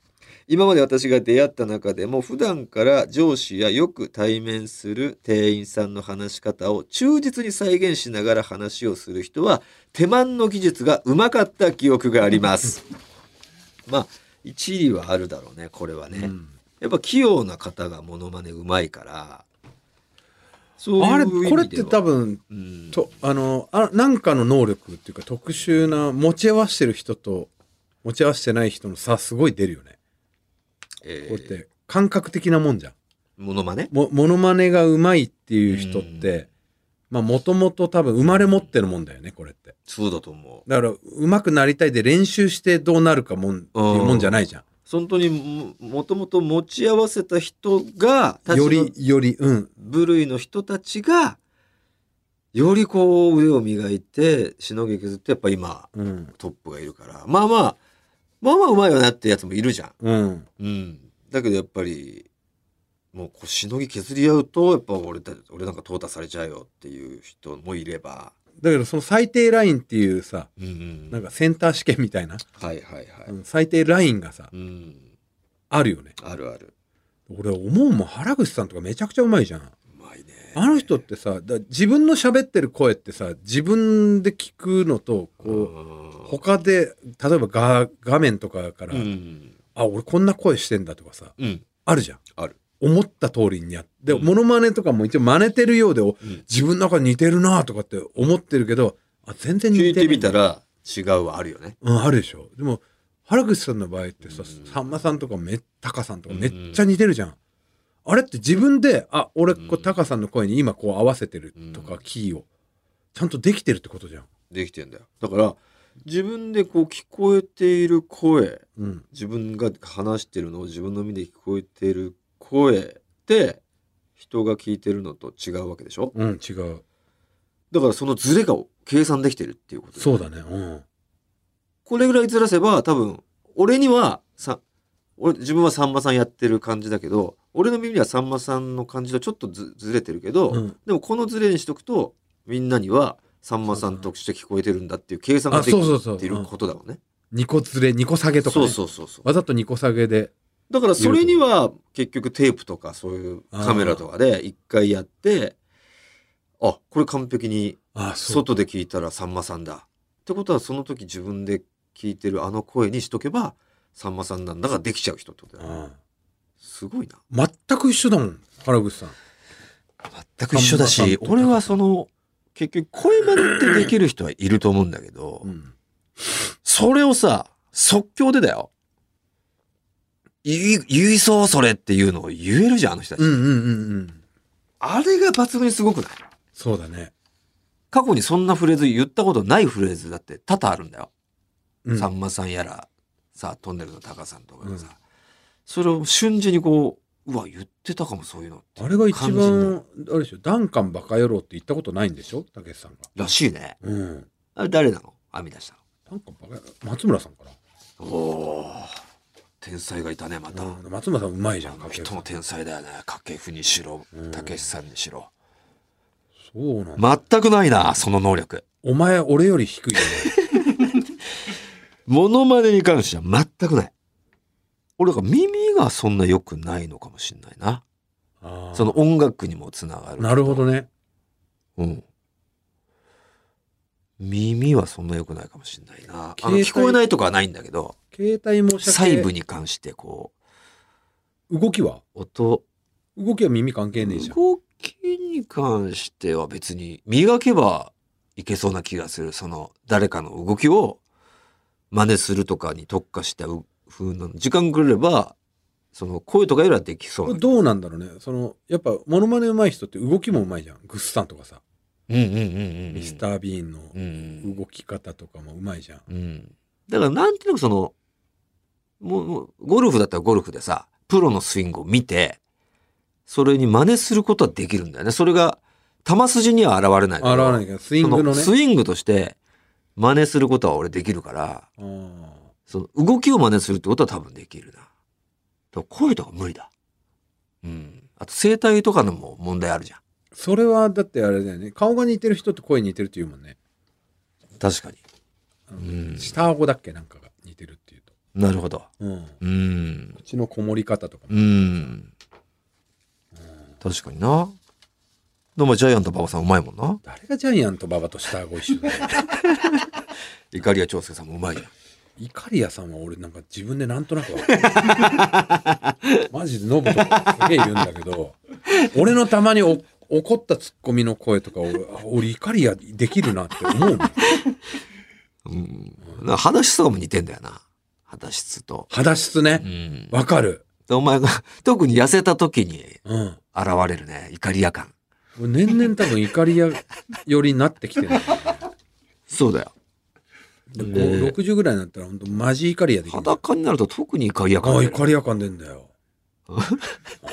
A: 今まで私が出会った中でも普段から上司やよく対面する店員さんの話し方を忠実に再現しながら話をする人は手満の技術がうまかった記憶がありますまあ一理はあるだろうねこれはね、
B: うん
A: やっぱ器用な方がモノマネうまいからそう
B: あれ
A: いう意味では
B: これって多、分
A: うん
B: とあのあなんかの能力っていうか特殊な持ち合わせてる人と持ち合わせてない人の差すごい出るよね
A: えー
B: こうやって感覚的なもんじゃん
A: モノマネ
B: もモノマネがうまいっていう人って、まあもともと多分生まれ持ってるもんだよねこれって
A: そうだと思う
B: だから上手くなりたいで練習してどうなるかもんっていうもんじゃないじゃん
A: 本当にももともと持ち合わせた人がたちの
B: よりよりうん
A: 部類の人たちがよりこう腕を磨いてしのぎ削ってやっぱ今
B: うん
A: トップがいるからまあまあまあまあうまいよなってやつもいるじゃん
B: うん
A: うん、だけどやっぱりもうこうしのぎ削り合うとやっぱ俺た俺なんか淘汰されちゃうよっていう人もいれば、
B: だけどその最低ラインっていうさ
A: うんうん
B: なんかセンター試験みたいな、
A: はいはいはい、
B: うん最低ラインがさ
A: うん、
B: あるよね
A: あるある
B: 俺思うもん原口さんとかめちゃくちゃうまいじゃん
A: うまいね
B: あの人ってさだ自分の喋ってる声ってさ自分で聞くのとこう、
A: う
B: 他で例えば画画面とかから、
A: んうん
B: あ俺こんな声してんだとかさ
A: うん
B: あるじゃん
A: ある、
B: 思った通りにやって
A: うん
B: モノマネとかも一応真似てるようでお
A: うん、
B: 自分の中に似てるなとかって思ってるけどあ全然似て
A: 聞
B: ない
A: いてみたら違うはあるよね
B: うん、あるでしょでも原口さんの場合って
A: う
B: さ、
A: ん
B: さんまさんとかめタカさんとかめっちゃ
A: う
B: 似てるじゃん、あれって自分であ俺こ
A: う
B: うんタカさんの声に今こう合わせてるとか、
A: うん
B: キーをちゃんとできてるってことじゃん
A: できてんだよだから自分でこう聞こえている声
B: うん
A: 自分が話してるのを自分の耳で聞こえている声って人が聞いてるのと違うわけでしょ
B: うん違う
A: だからそのズレが計算できてるっていうこと
B: そう
A: ね
B: だねうん
A: これぐらいずらせば多分俺にはさ俺自分はさんまさんやってる感じだけど俺の耳にはさんまさんの感じとちょっとずずれてるけど、
B: うん
A: でもこのズレにしとくとみんなにはさんまさんとして聞こえてるんだっていう計算がで
B: あそうそうそう
A: きていることだもんね。
B: 2個ずれ2個下げとか、
A: そ
B: ね、
A: うそうそうそう。
B: わざと2個下げで
A: だからそれには結局テープとかそういうカメラとかで一回やってあこれ完璧に
B: あそう
A: 外で聞いたらさんまさんだってことはその時自分で聞いてるあの声にしとけばさんまさんなんだができちゃう人ってことだよね
B: あ
A: すごいな
B: あ全く一緒だもん原口さん
A: 全
B: く一緒だし俺はそ
A: の結局声真似ってできる人はいると思うんだけど
B: うん
A: それをさ即興でだよ言い言いそうそれっていうのを言えるじゃんあの人たち、
B: うんうんうんうん
A: あれが抜群にすごくない
B: そうだね、
A: 過去にそんなフレーズ言ったことないフレーズだって多々あるんだよ。
B: うん、
A: さんまさんやらさトンネルのタカさんとかがさ、それを瞬時にこううわ言ってたかもそういうのって
B: あれが一
A: 感じになる
B: 番あれでしょ「ダンカンバカ野郎」って言ったことないんでしょたけしさんが。
A: らしいね。
B: うん。
A: あれ誰なの編み出した
B: ダンカンバカ野郎松村さんか
A: の。おー天才がいたねまた。
B: な。うん、松村さんうまいじゃん
A: あの
B: かけ
A: 人
B: さ
A: も
B: ん。
A: 天才だよね。掛布にしろ
B: うん、
A: たけしさんにしろ。
B: そうなんだ。
A: 全くないな、その能力。
B: お前俺より低いよね。
A: モノマネに関しては全くない。俺が耳がそんな良くないのかもしんないな。
B: あ ー
A: その音楽にもつながる。
B: なるほどね。
A: うん。耳はそんな良くないかもしれないな。あの
B: 携帯
A: 聞こえないとかはないんだけど、
B: 携帯模写
A: 細部
B: 系
A: に関してこ
B: 動きは
A: う、音、
B: 動きは耳関係ねえじゃん。
A: 動きに関しては別に磨けばいけそうな気がする。その誰かの動きを真似するとかに特化したう風なの時間くれれば、その声とかよりはできそう
B: これ
A: な。
B: どうなんだろうね。そのやっぱモノマネうまい人って動きもうまいじゃん。グッサンとかさ、
A: うんうんうんうん。
B: ミスター・ビーンの
A: うんうん。
B: 動き方とかもうまいじゃん。
A: うん。だからなんとなくその、もう、もうゴルフだったらゴルフでさ、プロのスイングを見て、それに真似することはできるんだよね。それが、球筋には現れない
B: 洗わないけどスイングのね
A: そ。のスイングとして、真似することは俺できるから、
B: あー
A: その動きを真似するってことは多分できるな。だから声とか無理だ。うん。あと声帯とかのも問題あるじゃん。
B: それはだってあれだよね顔が似てる人って声似てるって言うもんね
A: 確かに。
B: あの
A: うん
B: 下顎だっけなんかが似てるっていうと、
A: なるほど。
B: うん、
A: うん。
B: 口のこもり方とかも、
A: うん。確かにな。でもジャイアント馬場さんうまいもんな。
B: 誰がジャイアント馬場と下顎一緒だよ
A: イカリア長介さんもうまいやん。
B: イカリアさんは俺なんか自分でなんとなく分かるマジでノブとかすげえ言うんだけど俺のたまにお怒ったツッコミの声とか俺あ俺イカリアできるなって思うもん
A: うん。なんか話しそうも似てんだよな。肌質と。
B: 肌質
A: う
B: ね
A: ん。
B: わかる
A: でお前が特に痩せた時に
B: うん
A: 現れるね。イカリア感。
B: 俺年々多分イカリア寄りになってきてる
A: そうだよ。
B: で
A: うん
B: こう60ぐらいになったら本当マジイカリアできる
A: 裸になると特にイカリア感
B: ああ
A: 出
B: イ
A: る。
B: カリア感出んだよ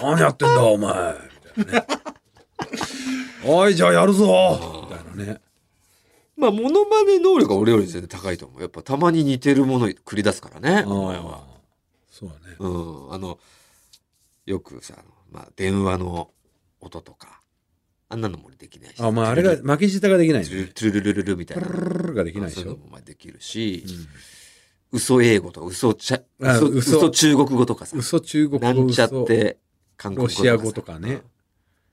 B: 何やってんだお前みたいなねおいじゃあやるぞみたいなね
A: まあ、モノマネ能力は俺より全然高いと思う。やっぱたまに似てるもの繰り出すからね。
B: あ
A: お前は。
B: あそうだね
A: うん、あの、よくさ、あのまあ、電話の音とか、あんなのも俺できないし。
B: あお前あれが巻き舌ができないん
A: ト
B: だ
A: ゥル
B: ね
A: ル、トゥルルルルルみたいな。
B: プルルルルができないでしょ
A: そういうのもまあできるし、
B: う
A: 嘘英語とか、嘘ちゃ、
B: あ
A: 嘘
B: 嘘
A: 嘘中国語とかさ
B: ん、嘘中国
A: な
B: 語
A: んちゃっ
B: 嘘
A: て、韓国語と
B: ロ
A: かさ
B: シア語とかね。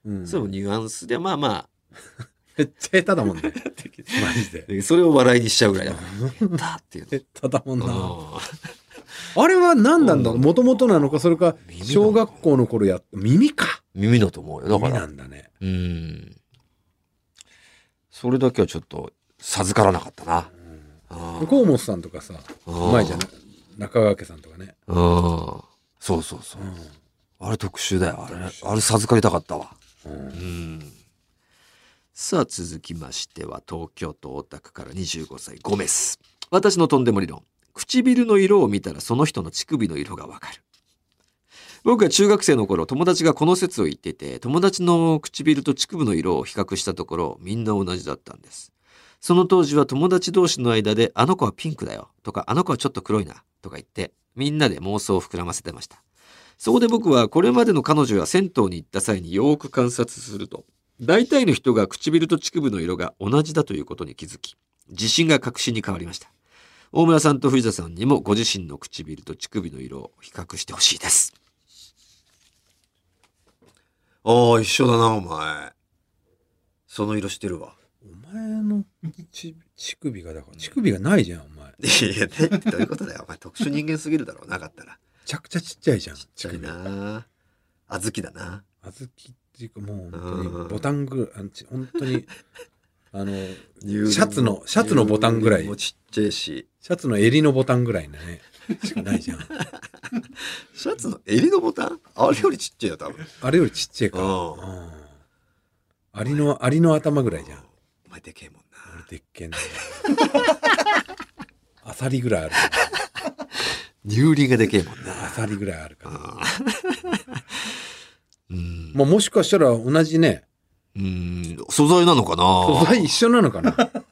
B: うん
A: うん
B: そ
A: そううニュアンスで、まあま
B: めっちゃ下手だもんねマジで
A: あ、それを笑いにしちゃうぐらいだから。だっていう
B: 下手だもんな
A: の。
B: あれは何なんだろう
A: うん
B: もともとなのかそれか
A: 耳なのか
B: 小学校の頃やっ耳か
A: うん耳だと思うよ。だか
B: 耳
A: ら
B: な。んだね
A: うん。それだけはちょっと、授からなかったな。うん
B: 河本さんとかさ
A: うん
B: うまいじゃない中川家さんとかね、
A: うん。そうそうそう
B: う。ん
A: あれ特集だよ。あれ、
B: 特集
A: あれ授かりたかったわ。
B: うん
A: うん。さあ続きましては東京都大田区から25歳ゴメス。私のとんでも理論。唇の色を見たらその人の乳首の色がわかる。僕が中学生の頃友達がこの説を言っていて友達の唇と乳首の色を比較したところみんな同じだったんです。その当時は友達同士の間であの子はピンクだよとかあの子はちょっと黒いなとか言ってみんなで妄想を膨らませてました。そこで僕はこれまでの彼女が銭湯に行った際によーく観察すると、大体の人が唇と乳首の色が同じだということに気づき、自信が確信に変わりました。大村さんと藤田さんにもご自身の唇と乳首の色を比較してほしいです。ああ、一緒だな、お前。その色してるわ。
B: お前のち乳首がだから乳首がないじゃんお前め
A: いや、ね、どういうことだよ。お前特殊人間すぎるだろう、なかったら。
B: ちゃくちゃちっちゃいじゃん
A: ち
B: 乳
A: っちゃい
B: 首あ
A: な。あずきだな。
B: ずきっていうかもう本当
A: うん
B: にボタンぐらいあのち本 当にあのシ
A: シ
B: ャツのシャツのボタンぐらい
A: もちっちゃいし。
B: ャツの襟のボタンぐらいのねしかない じゃん
A: シャツの襟のボタンあれよりちっちゃいよ、多分。
B: あれよりちっちゃいか
A: うん
B: うんアリのアリの頭ぐらいじゃん
A: お前でけえもんな
B: 俺。でっけえん だよアサリぐらいある
A: 乳輪がでけえもん
B: ア
A: な。
B: サリぐらいあるから
A: うん。
B: まあもしかしたら同じね
A: うん。素材なのかな
B: 素材一緒な のかなだか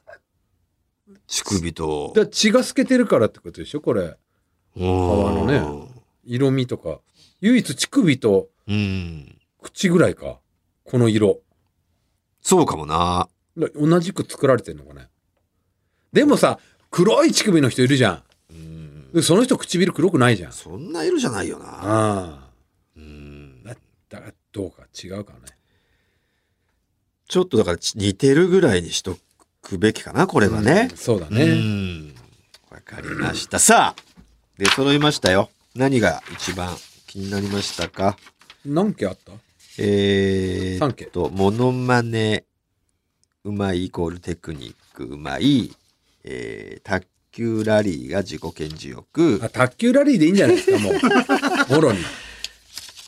A: 乳首と。
B: ら血が透けてるからってことでしょこれ
A: 皮
B: のね。色味とか唯一乳首と
A: うん。
B: 口ぐらいかこの色
A: そうかもな。
B: だ同じく作られてんのかねでもさ黒い乳首の人いるじゃ
A: うん
B: んでその人唇黒くないじゃん
A: そんな色じゃないよな。
B: ああ
A: うん
B: だだからどうか違うかね
A: ちょっとだからち似てるぐらいにしとくべきかな、これはね
B: うん。そうだ
A: う
B: ね
A: ん。わかりました。さあ、出揃いましたよ。何が一番気になりましたか
B: 何件あった
A: え
B: 三
A: ー、
B: 家
A: っと、モノマネ、うまいイコールテクニック、うまい、えー、卓球ラリーが自己顕示欲
B: あ、卓球ラリーでいいんじゃないですかも うもろに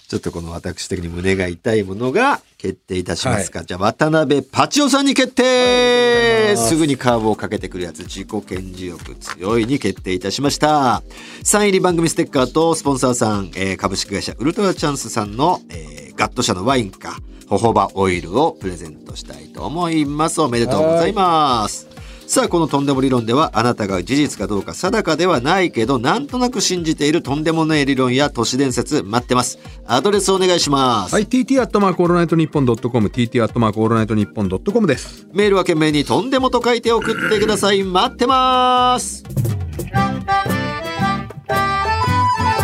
A: ちょっとこの私的に胸が痛いものが決定いたしますか。じゃあ、渡辺パチオさんに決
B: あ
A: 定
B: りがとうございます
A: すぐにカーブをかけてくるやつ、自己顕示欲強いに決定いたしました。3位入り番組ステッカーと、スポンサーさん、えー株式会社ウルトラチャンスさんの、えーガット社のワインか、ホホバオイルをプレゼントしたいと思います。おめでとうございます。さあこのとんでも理論ではあなたが事実かどうか定かではないけどなんとなく信じているとんでもない理論や都市伝説待ってますアドレスお願いします、
B: はい、TT アットマークオールナイトニッポンドットコム、TT アットマークオールナイトニッポンドットコムです。
A: メールは懸命にとんでもと書いて送ってください待ってます
D: オールナイトニッポン」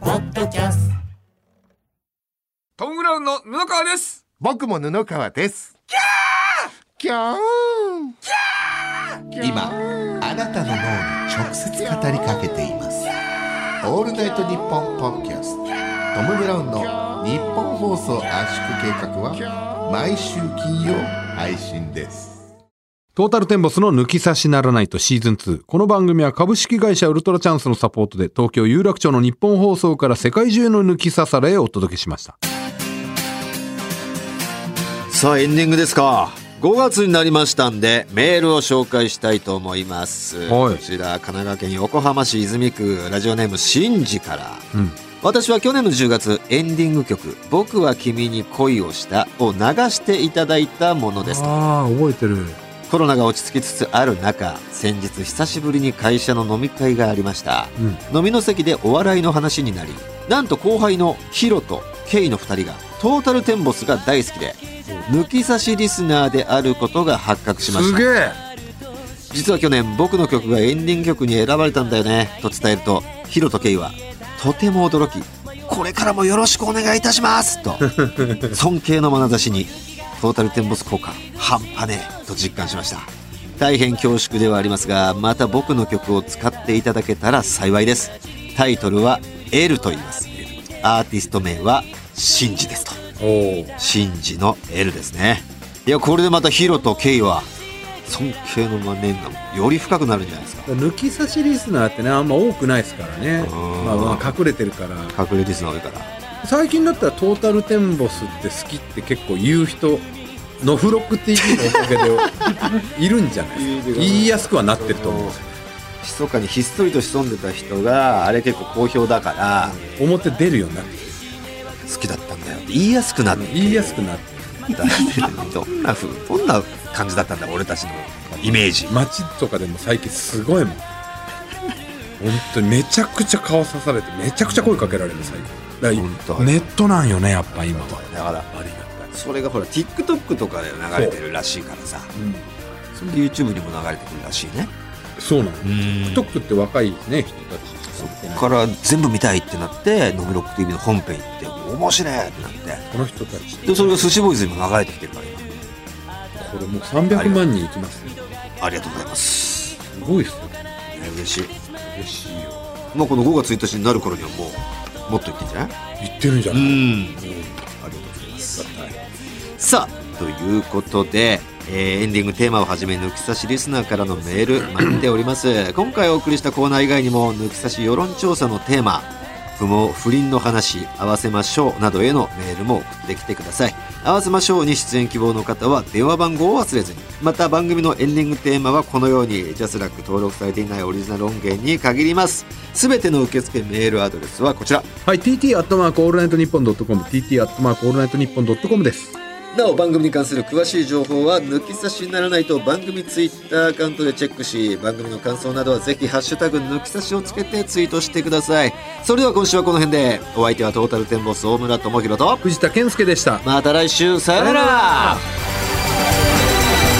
D: ポッドキャスト
E: トム・ブラウンの布川です
F: 僕も布川です。キャーキャー今、あなたの脳に直接語りかけています。オールナイトニッポンポッドキャスト、トム・ブラウンの日本放送圧縮計画は、毎週金曜配信です。
B: トータルテンボスの抜き差しならないとシーズン2。この番組は株式会社ウルトラチャンスのサポートで東京有楽町の日本放送から世界中の抜き差されへお届けしました。
A: さあエンディングですか5月になりましたんでメールを紹介したいと思います、
B: はい
A: こちら神奈川県横浜市泉区ラジオネームしんじから、
B: うん
A: 私は去年の10月エンディング曲「僕は君に恋をした」を流していただいたものですと
B: ああ、覚えてる。
A: コロナが落ち着きつつある中先日久しぶりに会社の飲み会がありました
B: うん。
A: 飲みの席でお笑いの話になりなんと後輩のヒロとケイの2人がトータルテンボスが大好きで抜き差しリスナーであることが発覚しまし
B: すげ
A: た
B: え
A: 実は去年僕の曲がエンディング曲に選ばれたんだよねと伝えるとヒロとケイはとても驚きこれからもよろしくお願いいたしますと尊敬の眼差しにトータルテンボス効果半端ねえと実感しました大変恐縮ではありますがまた僕の曲を使っていただけたら幸いですタイトルは「L」と言いますアーティスト名は「シンジ」ですと
B: お
A: シンジの L ですねいやこれでまたヒロとケイは尊敬のマネがより深くなるんじゃないですか
B: 抜き差しリスナーってね、あんま多くないですからね。
A: うん
B: まあまあ隠れてるから。
A: 隠れリスナー多いから
B: 最近だったらトータルテンボスって好きって結構言う人ノフロック TV のおかげ でいるんじゃないですか言いやすくはなってると思う
A: 密かにひっそりと潜んでた人があれ結構好評だから
B: 表出るようになってき
A: 好きだったんだよって言いやすくなった
B: 言いやすくなって
A: どんなふうどんな感じだったんだ俺たちのイメージ
B: 街とかでも最近すごいもん本当にめちゃくちゃ顔刺されてめちゃくちゃ声かけられる最近
A: 本
B: だ
A: 当
B: からネットなんよねやっぱ今は
A: だから
B: ありがたい
A: それがほら TikTok とかで流れてるらしいからさそれで YouTube にも流れてくるらしいね
B: そうなの
A: うん
B: TikTok って若いね人た
A: そ
B: ち
A: こから全部見たいってなって「ノブロック TV」の本編行って面白いってなって
B: この人たちって
A: でそれが寿司ボーイズにも流れてきてるから今
B: これもう300万人いきますね
A: ありがとうございます
B: すごいっすよ
A: ね嬉しい
B: 嬉しいよ
A: まあこの5月1日になる頃にはもうもっといってんじゃない
B: 言ってるんじゃない、
A: んありがとうございますさあということで、えーエンディングテーマをはじめ抜き差しリスナーからのメー ル待っております今回お送りしたコーナー以外にも抜き差し世論調査のテーマ不毛不倫の話合わせましょうなどへのメールも送ってきてください合わせましょうに出演希望の方は電話番号を忘れずにまた番組のエンディングテーマはこのようにジャスラック登録されていないオリジナル音源に限りますすべての受付メールアドレスはこちら
B: はい TT アットマークオールナイトニッポンドットコム TT アットマークオールナイトニッポンドットコムです
A: なお番組に関する詳しい情報は抜き差しにならないと番組ツイッターアカウントでチェックし番組の感想などはぜひ「ハッシュタグ抜き差し」をつけてツイートしてくださいそれでは今週はこの辺でお相手はトータルテンボス大村智広と
B: 藤田健介でした
A: また来週さよなら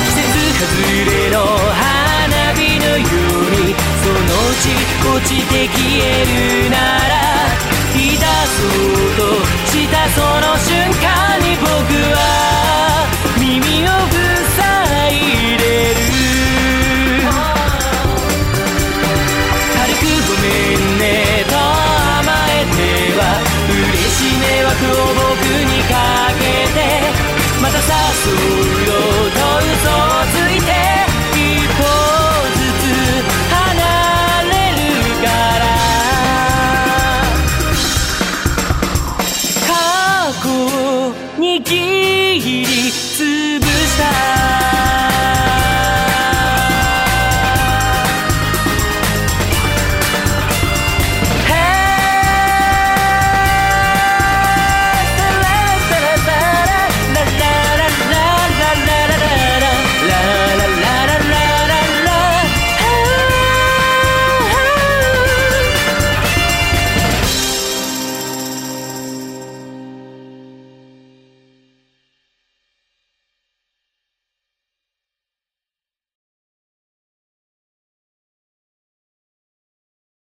D: 季節外れの花火のようにそのうち落ちて消えるならひたそうとしたその瞬間に僕は耳を塞いでる軽くごめんねと甘えては嬉しい迷惑を僕にかけてまた誘うよと嘘をついて一歩ずつ離れるから過去にきっ